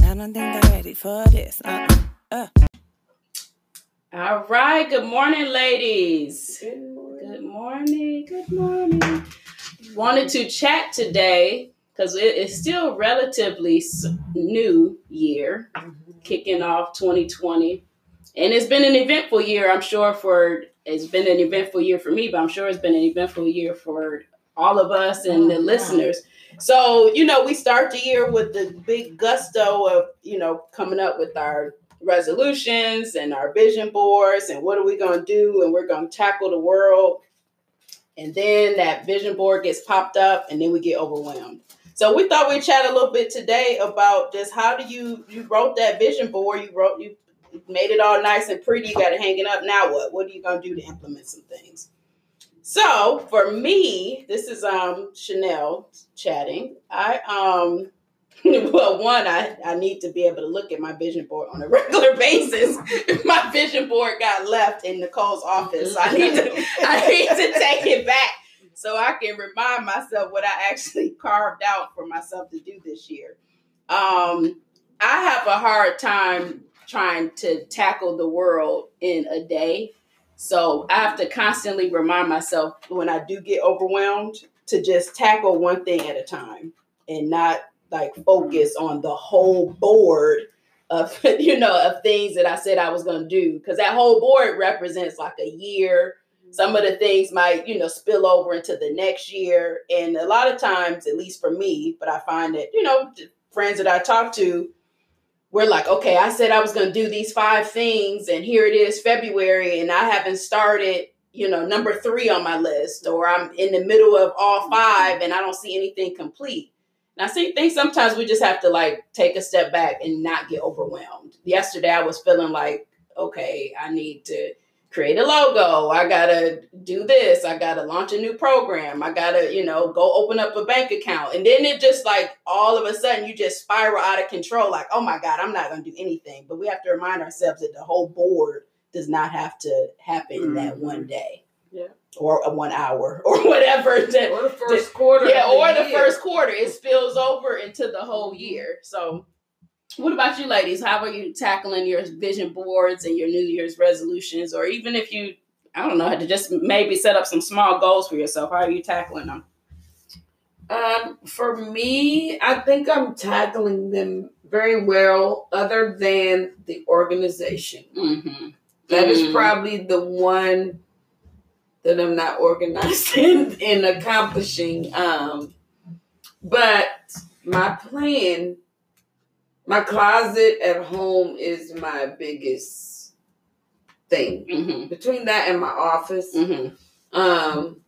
don't think they're ready for this. Uh, uh. All right. Good morning, ladies. Good morning. Good morning. Good morning. Wanted to chat today because it is still relatively s- new year, Mm-hmm. kicking off 2020, and it's been an eventful year. I'm sure for it's been an eventful year for me, but I'm sure it's been an eventful year for all of us and the Mhm. listeners. So you know, we start the year with the big gusto of you know coming up with our resolutions and our vision boards and what are we going to do and we're going to tackle the world and then that vision board gets popped up and then we get overwhelmed so we thought we'd chat a little bit today about just how do you you wrote that vision board you wrote you made it all nice and pretty you got it hanging up now what what are you going to do to implement some things so for me this is um chanel chatting i um well, one, I, I need to be able to look at my vision board on a regular basis. my vision board got left in Nicole's office. So I need to I need to take it back so I can remind myself what I actually carved out for myself to do this year. Um, I have a hard time trying to tackle the world in a day. So I have to constantly remind myself when I do get overwhelmed to just tackle one thing at a time and not like focus on the whole board of you know of things that I said I was going to do cuz that whole board represents like a year some of the things might you know spill over into the next year and a lot of times at least for me but i find that you know th- friends that i talk to we're like okay i said i was going to do these five things and here it is february and i haven't started you know number three on my list or i'm in the middle of all five and i don't see anything complete and i see, think sometimes we just have to like take a step back and not get overwhelmed yesterday i was feeling like okay i need to create a logo. I gotta do this. I gotta launch a new program. I gotta, you know, go open up a bank account. And then it just like all of a sudden you just spiral out of control. Like, oh my God, I'm not gonna do anything. But we have to remind ourselves that the whole board does not have to happen in that one day. Yeah. Or a one hour or whatever that Or the first quarter. yeah, of or the year. first quarter. It spills over into the whole year. So, what about you, ladies? How are you tackling your vision boards and your New Year's resolutions, or even if you, I don't know, had to just maybe set up some small goals for yourself? How are you tackling them? Um, for me, I think I'm tackling them very well, other than the organization. Mm-hmm. That is probably the one that I'm not organized in, in accomplishing. Um, but my plan, my closet at home is my biggest thing. Mm-hmm. Between that and my office, Mm-hmm. um,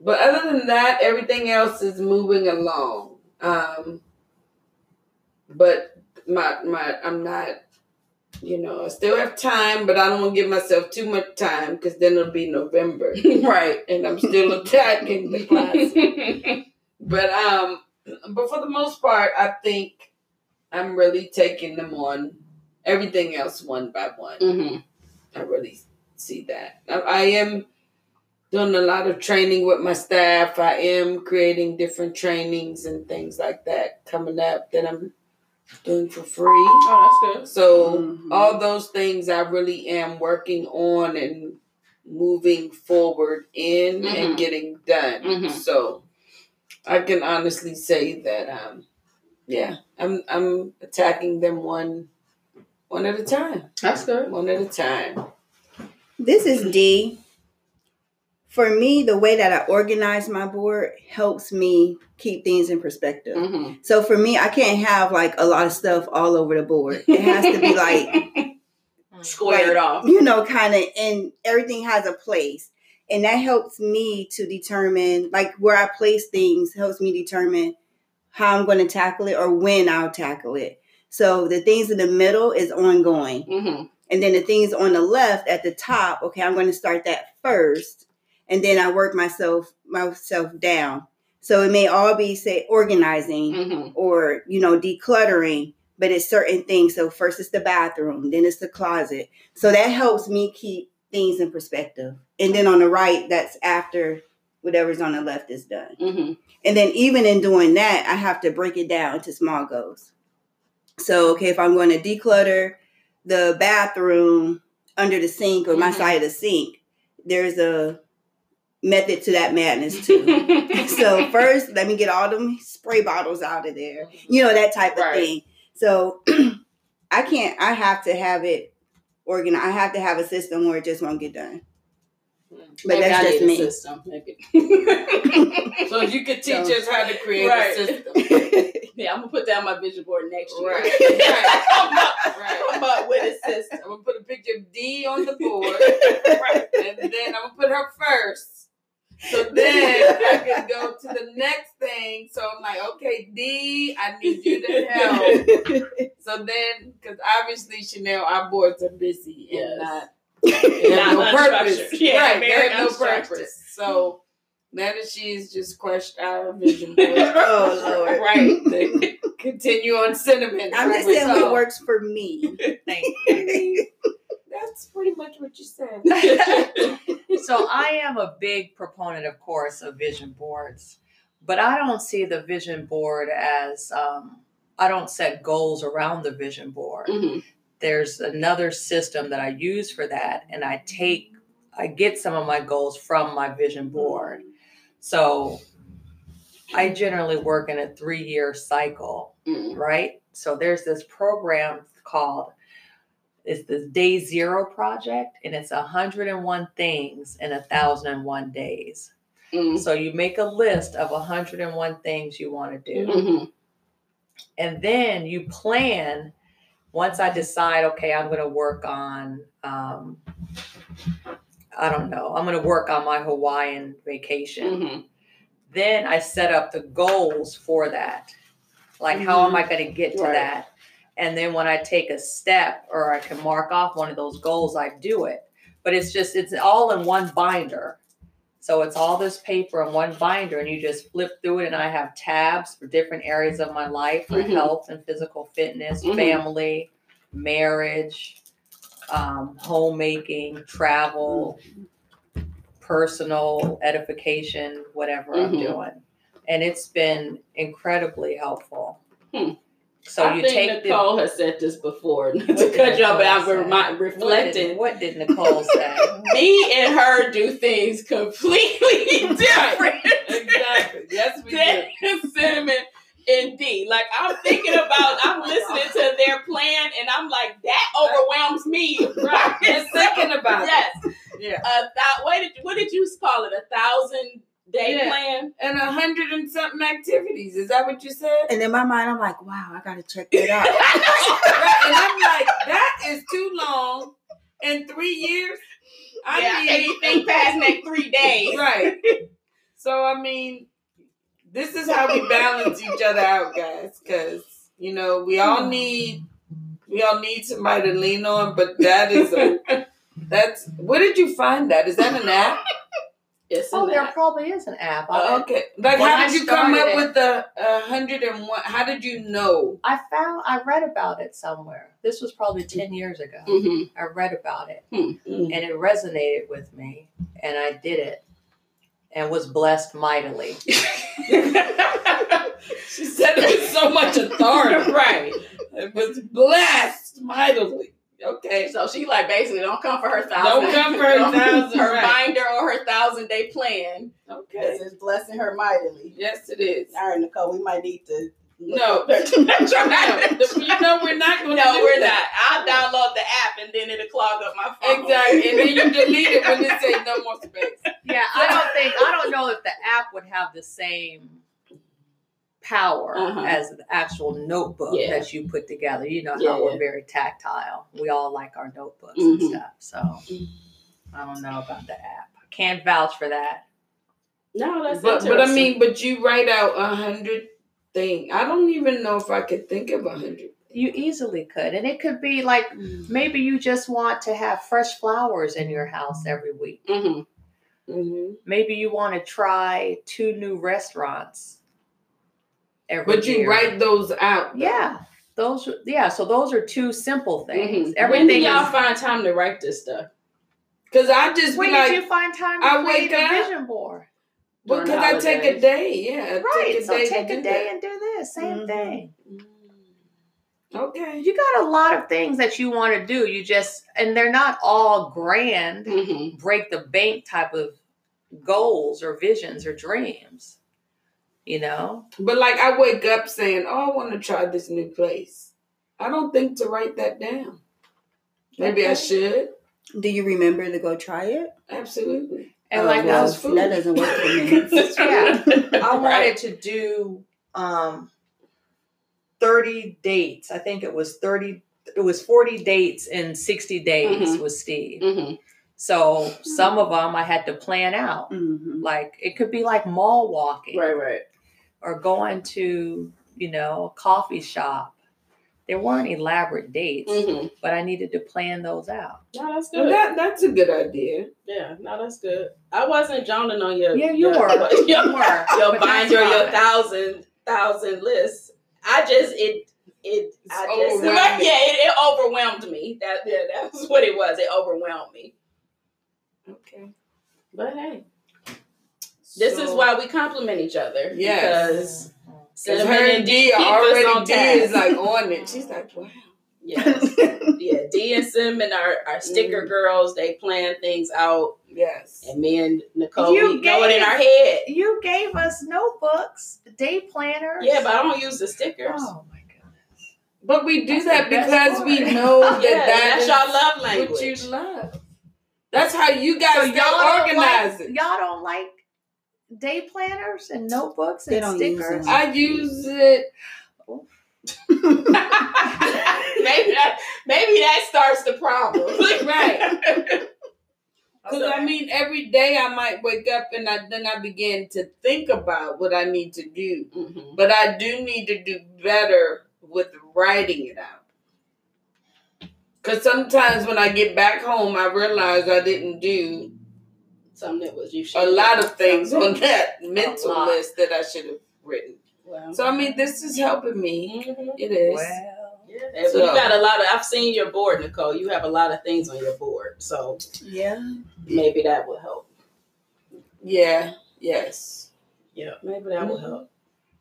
but other than that, everything else is moving along. Um, but my my I'm not, you know, I still have time, but I don't want to give myself too much time because then it'll be November right. and I'm still attacking the class. But um, but for the most part, I think I'm really taking them on. Everything else one by one. mm-hmm. I really see that. I, I am doing a lot of training with my staff. I am creating different trainings and things like that coming up that I'm doing for free. Oh, that's good. So Mhm. all those things I really am working on and moving forward in Mhm. and getting done. Mhm. So I can honestly say that um yeah, I'm I'm attacking them one one at a time. That's good. One at a time. This is D. For me, the way that I organize my board helps me keep things in perspective. Mm-hmm. So for me, I can't have like a lot of stuff all over the board. It has to be like, Square it off. you know, kind of, and everything has a place. And that helps me to determine, like, where I place things helps me determine how I'm going to tackle it or when I'll tackle it. So the things in the middle is ongoing. Mm-hmm. And then the things on the left at the top, okay, I'm going to start that first. And then I work myself myself down. So it may all be say organizing Mm-hmm. or, you know, decluttering, but it's certain things. So first it's the bathroom, then it's the closet. So that helps me keep things in perspective. And then on the right, that's after whatever's on the left is done. Mm-hmm. And then even in doing that, I have to break it down into small goals. So, okay, if I'm going to declutter the bathroom under the sink or my Mhm. side of the sink, there's a method to that madness too. mm-hmm. so first, let me get all them spray bottles out of there. You know that type of Right. thing. So I can't. I have to have it organized. I have to have a system where it just won't get done. But Maybe that's I just need a me. system. Maybe. So if you could teach So- us how to create Right. a system. yeah, I'm gonna put down my vision board next year. Right. Right. Come up- Right. come up with a system. I'm gonna put a picture of D on the board. Right. and then I'm gonna put her first. So then I can go to the next thing. So I'm like, okay, D, I need you to help. So then, because obviously Chanel, our boards are busy Yes. and not, they have Not no purpose. unstructured. Yeah, right, they very have no unstructured. purpose. So now that she's just crushed our vision board, Oh Lord. right? They continue on cinnamon. I'm just saying what works for me. That's pretty much what you said. so I am a big proponent, of course, of vision boards, but I don't see the vision board as um, I don't set goals around the vision board. Mhm. There's another system that I use for that, and I take I get some of my goals from my vision board. So I generally work in a three year cycle Mm. right? So there's this program called it's the Day Zero Project, and it's 101 things in 1,001 days. Mm. So you make a list of 101 things you want to do, Mhm. and then you plan. Once I decide, okay, I'm going to work on, um, I don't know, I'm going to work on my Hawaiian vacation Mhm. then I set up the goals for that. Like, how am I going to get to Right. that? And then when I take a step or I can mark off one of those goals, I do it. But it's just, it's all in one binder. So it's all this paper in one binder, and you just flip through it. And I have tabs for different areas of my life for Mhm. health and physical fitness, Mhm. family, marriage, um, homemaking, travel, personal edification, whatever I'm Mhm. doing. And it's been incredibly helpful. Hmm. So I you think take the Nicole has said this before. to did cut you off, but I'm Nicole remi- say? reflecting. What did, what did Nicole say? Me and her do things completely different. exactly. Yes, we do. than cinnamon and D. Like I'm thinking about, I'm listening to their plan, and I'm like, that overwhelms me. Right? Just thinking about it. yes. Yeah. A thou- what did what did you call it? A thousand day Yeah. plan. And a hundred and something activities. Is that what you said? And in my mind, I'm like, wow, I gotta check that out. Right. And I'm like, that is too long. In three years, I yeah, I need can't even think past next three days. Right. So I mean, this is how we balance each other out, guys. Because you know we all need we all need somebody to lean on. But that is a that's where did you find that? Is that an app? Yes, Oh, and there that. probably is an app. I, Oh, okay. Like, Uh, When how I did you come started up it- with the uh, hundred and one? How did you know? I found, I read about it somewhere. This was probably 10 years ago. Mhm. I read about it Mm. and it resonated with me and I did it and was blessed mightily. She said it with so much authority. right. It was blessed mightily. Okay. So she like basically don't come for her thousand. Don't come for her thousand, Her right. binder or her thousand day plan. Okay. Because it's blessing her mightily. Yes, it is. All right, Nicole, we might need to. No. no, You know we're not going to. do we're not. that. I'll download the app and then it'll clog up my phone. Exactly. And then you delete it when it says no more space. Yeah, I don't think I don't know if the app would have the same power Uh-huh. as the actual notebook Yeah. that you put together. You know Yeah, how we're yeah. very tactile. We all like our notebooks Mhm. and stuff. So I don't know about the app. I can't vouch for that. No, that's But but I interesting. mean, but you write out a hundred thing. I don't even know if I could think of a hundred. You easily could. And it could be like Mm. maybe you just want to have fresh flowers in your house every week. Mhm. Mm-hmm. Maybe you want to try two new restaurants every But you year. write those out. though. Yeah. Those yeah, so those are two Mm-hmm. simple things. Mhm. When do Everything y'all is find time to write this stuff? Cause I just when be like did you find time to I create wake a up- vision board? well, During cause I take a holidays. day. Yeah. I Right. Take a so day to take do Mm-hmm. a day and do this. Same Mhm. thing. that. Okay. You got a lot of things that you want to do. You just, and they're not all grand, Mm-hmm. Mm. break the bank type of goals or visions or dreams. You know? But like I wake up saying, "Oh, I want to try this new place." I don't think to write that down. Maybe I Okay. should. Do you remember to go try it? Absolutely. And Oh, like no, those those food. That doesn't work for me. Yeah. I wanted Right. to do um 30 dates. I think it was 30 it was 40 dates in 60 days Mm-hmm. with Steve. Mhm. So some of them I had to plan out. Mhm. Like it could be like mall walking Right, right. or going to, you know, a coffee shop. There weren't elaborate dates, Mm-hmm. but I needed to plan those out. No, that's Well, good. that that's a good idea. yeah, no, that's good. I wasn't joning on your Yeah, you your- were. your, You were. your But binder, that's your fine. thousand thousand lists. I just it it I just overwhelming. yeah it, it overwhelmed me. That yeah, that was what it was. It overwhelmed me. Okay. But hey, this is So- why we compliment each other. Yes. Because Because cinnamon her and D D keep us already on D task. is like on it. She's like, wow. Yes. yeah, D and Sim and our, our sticker Mm. girls, they plan things out. Yes. And me and Nicole, You we know it in gave- our head. You gave us notebooks, day planners. Yeah, but I don't use the stickers. Oh my goodness. But we do That's that the because best we part. know that, yeah, that's that y'all love is language. what you love. That's how you guys y'all don't organize like, it. Y'all don't like day planners and notebooks They don't and use stickers. them. I use it. maybe that maybe that starts the problem. Right. Because Okay. Uh, I mean, every day I might wake up and I, then I begin to think about what I need to do. Mhm. But I do need to do better with writing it out. Because sometimes when I get back home, I realize I didn't do Something that was you should a lot of things on that mental lot. list that I should have written. Well, So, I mean, this is helping me. mhm. It is. well, Yeah, and So- you got a lot of. I've seen your board, Nicole. You have a lot of things on your board, so yeah. maybe that will help. Yeah, yes. Yeah, maybe that will help.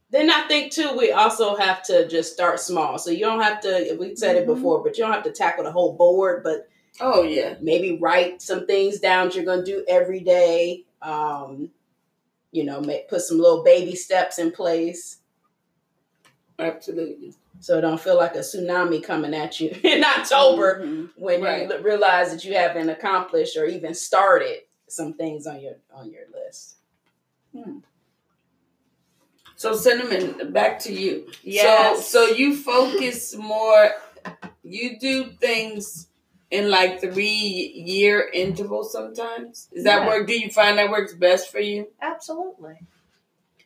Then I think too, we also have to just start small. So you don't have to. We said it Mhm. before, but you don't have to tackle the whole board. But Oh, yeah. maybe write some things down that you're going to do every day. Um, you know, ma- put some little baby steps in place Absolutely. so it don't feel like a tsunami coming at you in October Mhm. when Mm-hmm. Right. you l- realize that you haven't accomplished or even started some things on your on your list. So, Cinnamon, back to you. yes. So, so you focus more. You do things in like three year intervals sometimes. Is that Yeah. work? Do you find that works best for you? absolutely.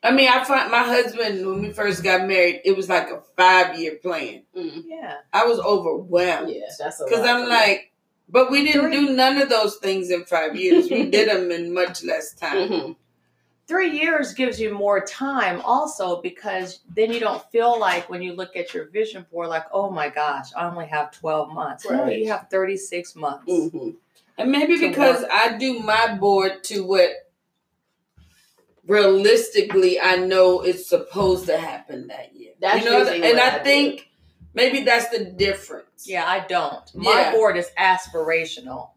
I mean, I find my husband when we first got married, it was like a five year plan. Yeah. I was overwhelmed Yeah, that's a because lot I'm for me. like, but we didn't Three. do none of those things in five years. we did them in much less time. Mhm. Three years gives you more time also because then you don't feel like when you look at your vision board, like, oh my gosh, I only have 12 months. No, Right. you have 36 months. Mhm. And maybe To because I do my board to what realistically I know is supposed to happen that year. That's you know, usually and what I I do. think maybe that's the difference. Yeah, I don't. My Yeah. board is aspirational.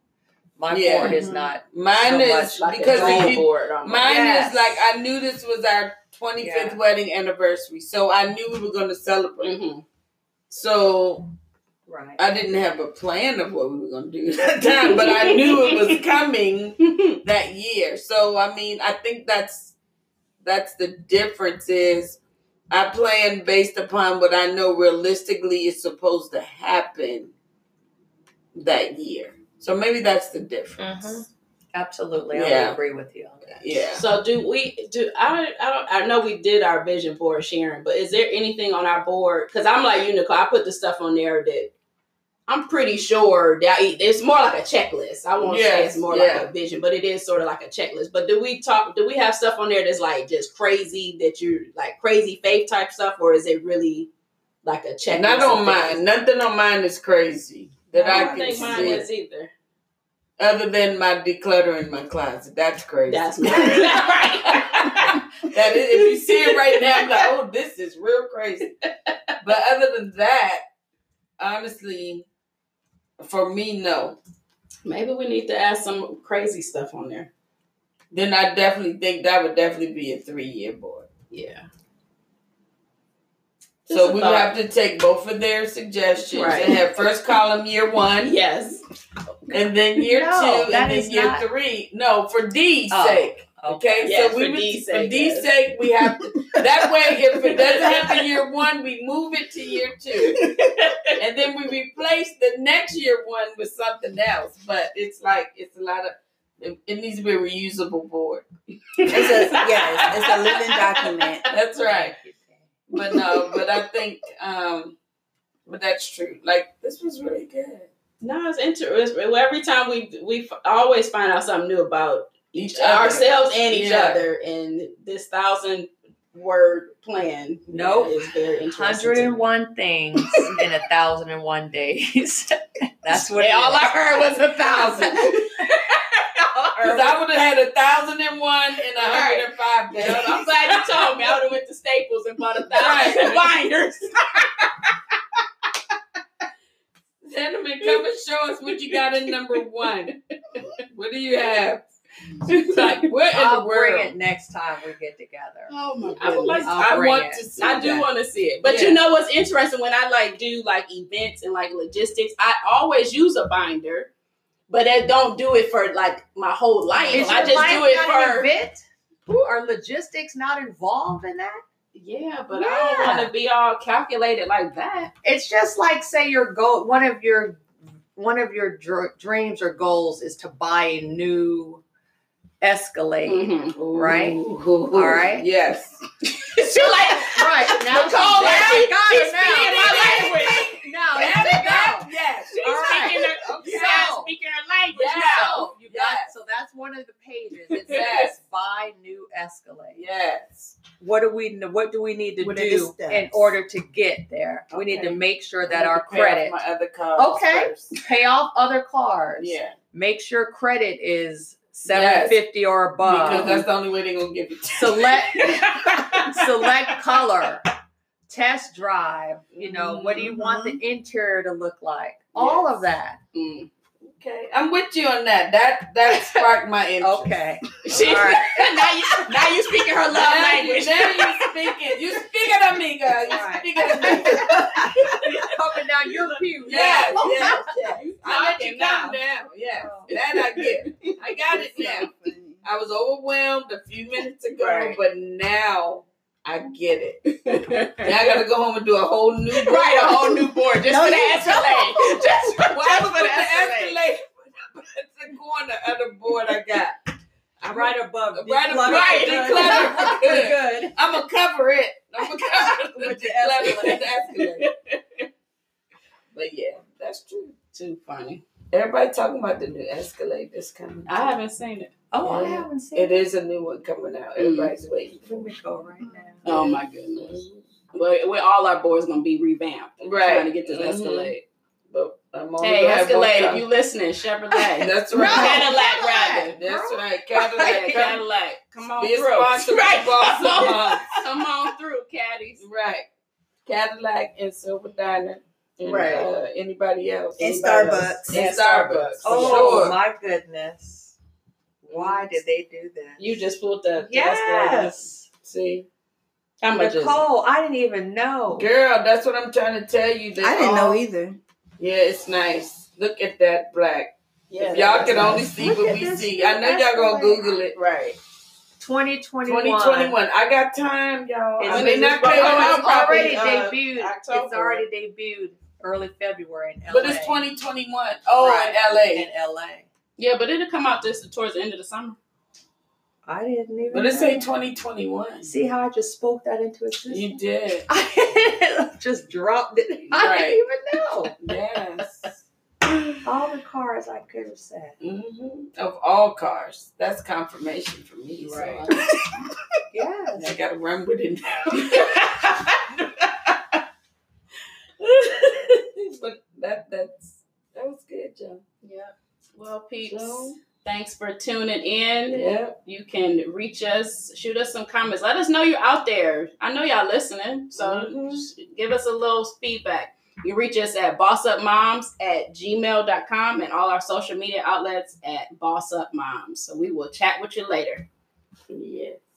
My Yeah. board is Mhm. not. Mine So is much Like because a if drawing you- board. almost. mine Yes. is like I knew this was our 25th Yeah. wedding anniversary, so I knew we were going to celebrate. Mhm. So Right. I didn't have a plan of what we were going to do that time, but I knew it was coming that year. So I mean, I think that's that's the difference is I plan based upon what I know realistically is supposed to happen that year. So maybe that's the difference. Uh-huh. Mhm. Absolutely. I Yeah. would agree with you on that. Yeah. So do we do I I don't I know we did our vision board sharing, but is there anything on our board? Because I'm like you, Nicole. I put the stuff on there that I'm pretty sure that I- it's more like a checklist. I won't say Yes, it's more yeah. like a vision, but it is sort of like a checklist. But do we talk? Do we have stuff on there that's like just crazy that you like crazy faith type stuff, or is it really like a checklist? Not on of mine. things? Nothing on mine is crazy that I I, don't can think mine see. is either. Other than my decluttering my closet, that's crazy. That's mine. right. That is, if you see it right now, I'm like, oh, this is real crazy. But other than that, honestly, for me, no. Maybe we need to add some crazy stuff on there. Then I definitely think that would definitely be a three year board. Yeah. Just so a we would thought. have to take both of their suggestions Right. and have first column year one, Yes. and then year No, two, that and is then year not- three. No, for D's Oh. sake. Okay, Yeah, so we for would, D's for sake, D's yes. sake, we have to, that way. If it doesn't happen year one, we move it to year two, and then we replace the next year one with something else. But it's like it's a lot of. It, it needs to be a reusable board. It's a, yes, it's a living document. That's right. But no, but I think, um but that's true. Like this was really good. No, it's interesting. Every time we we f- always find out something new about Each ourselves and each Yeah. other, and this thousand word plan. Nope. is very interesting. to me. 101 things in a 1001 days. That's what Hey, all I heard was a thousand. Because I would have had a thousand and one and a hundred and five You know, days. I'm glad you told me. I would have went to Staples and bought a thousand Right. binders. Gentlemen, come and show us what you got in number one. What do you have? like, what in I'll the bring world? it next time we get together. Oh my! I would like. I'll I bring want it. to see. I do that. want to see it, but Yeah. you know what's interesting? When I like do like events and like logistics, I always use a binder, but I don't do it for like my whole life. Is I your just life do it not an for event? Who- Are logistics not involved in that? Yeah, but I don't Yeah. want to be all calculated like that. It's just like say your goal, one of your one of your dr- dreams or goals is to buy a new Escalade. Mm-hmm. Right? All right. Yes. She like Right now, Nicole, she's- I- she got she's it speaking now. my language. Now, there we go. Yes. She's All right. speaking her, Okay. she's speaking her language Yeah. now. So you got Yes. so that's one of the pages. It Yes. says buy new Escalade. Yes. What do we what do we need to What are the do steps? in order to get there? We need to Okay. make sure I need that our to pay off credit My other cards Okay. first. pay off other cars. Yeah. Make sure credit is 750 or Uh-huh. because above. that's the only way they're gonna give it. to you. Select select color. Test drive. You know, what Mm-hmm. do you want the interior to look like? All of that. Mm. Okay. I'm with you on that. That that sparked my interest. Okay. Oh, She, All right. now you now you speaking her love Now you- language. Now you speaking. You speaking to me, girl. You Right. speaking to me. Coming down your pew. Yes, now. yes, yes. I let talking Oh. you down now. Yes, that I get. I got it now. I was overwhelmed a few minutes ago, Right. but now I get it. Now I gotta go home and do a whole new right, a whole new board just No, for you the Escalade. Just for, Well, I just was for the Escalade. escalate. It's the corner of the board I got. I'm right, above. right, declutter right. declutter for good. for good. good. I'm gonna cover it. I'm gonna cover it with With the the clever with the escalator. But yeah, that's true. Too funny. Everybody talking about the new Escalade that's coming. I haven't seen it. Oh, I Yeah. haven't seen Um, It is a new one coming out. Everybody's waiting. Let me go right now. Oh my goodness. Well, we all our boards gonna be revamped. Right. Trying to get this Mhm. Escalade. But I'm only Hey, gonna have one Escalade, color. if Mm-hmm. you listening, Chevrolet. That's No, right. Cadillac Cadillac. rather. That's right. Cadillac, Cadillac. Come- Cadillac. Come on Be a through. sponsor Right. right. Boss Come on. Month. Come on through, caddies. Right. Cadillac and Silver Diner. And, Right. Uh, anybody else? And Anybody else? Starbucks. And Starbucks. for Oh sure. my goodness. Why did they do this? You just pulled the the Escalade up. Yes. See, How much is it? Nicole, I didn't even know. girl, that's what I'm trying to tell you. They I didn't know all- either. Yeah, it's nice. Look at that black. Yeah, if y'all that's can nice. only see Look what at we this see, I know y'all gonna Escalade. Google it. Right. 2021. 2021. I got time, y'all. Oh, It's- I may not it's clear it already- out It's already properly, uh, debuted. It's October. already debuted early February in LA. But it's 2021. Oh, Right. in in LA. LA. Yeah, but it'll come out this towards the end of the summer. I didn't even. But it know. say 2021. See how I just spoke that into existence? You did. I just dropped it. I didn't even know. Yes. All the cars I could have said. hmm Of all cars, that's confirmation for me. so Right. I- Yes. I gotta run with it now. but that that's that was good, John. Yeah. Well, peeps, So- thanks for tuning in. Yeah. You can reach us, shoot us some comments. Let us know you're out there. I know y'all listening, so Mhm. just give us a little feedback. You reach us at bossupmoms at gmail.com and all our social media outlets at bossupmoms. So we will chat with you later. Yes.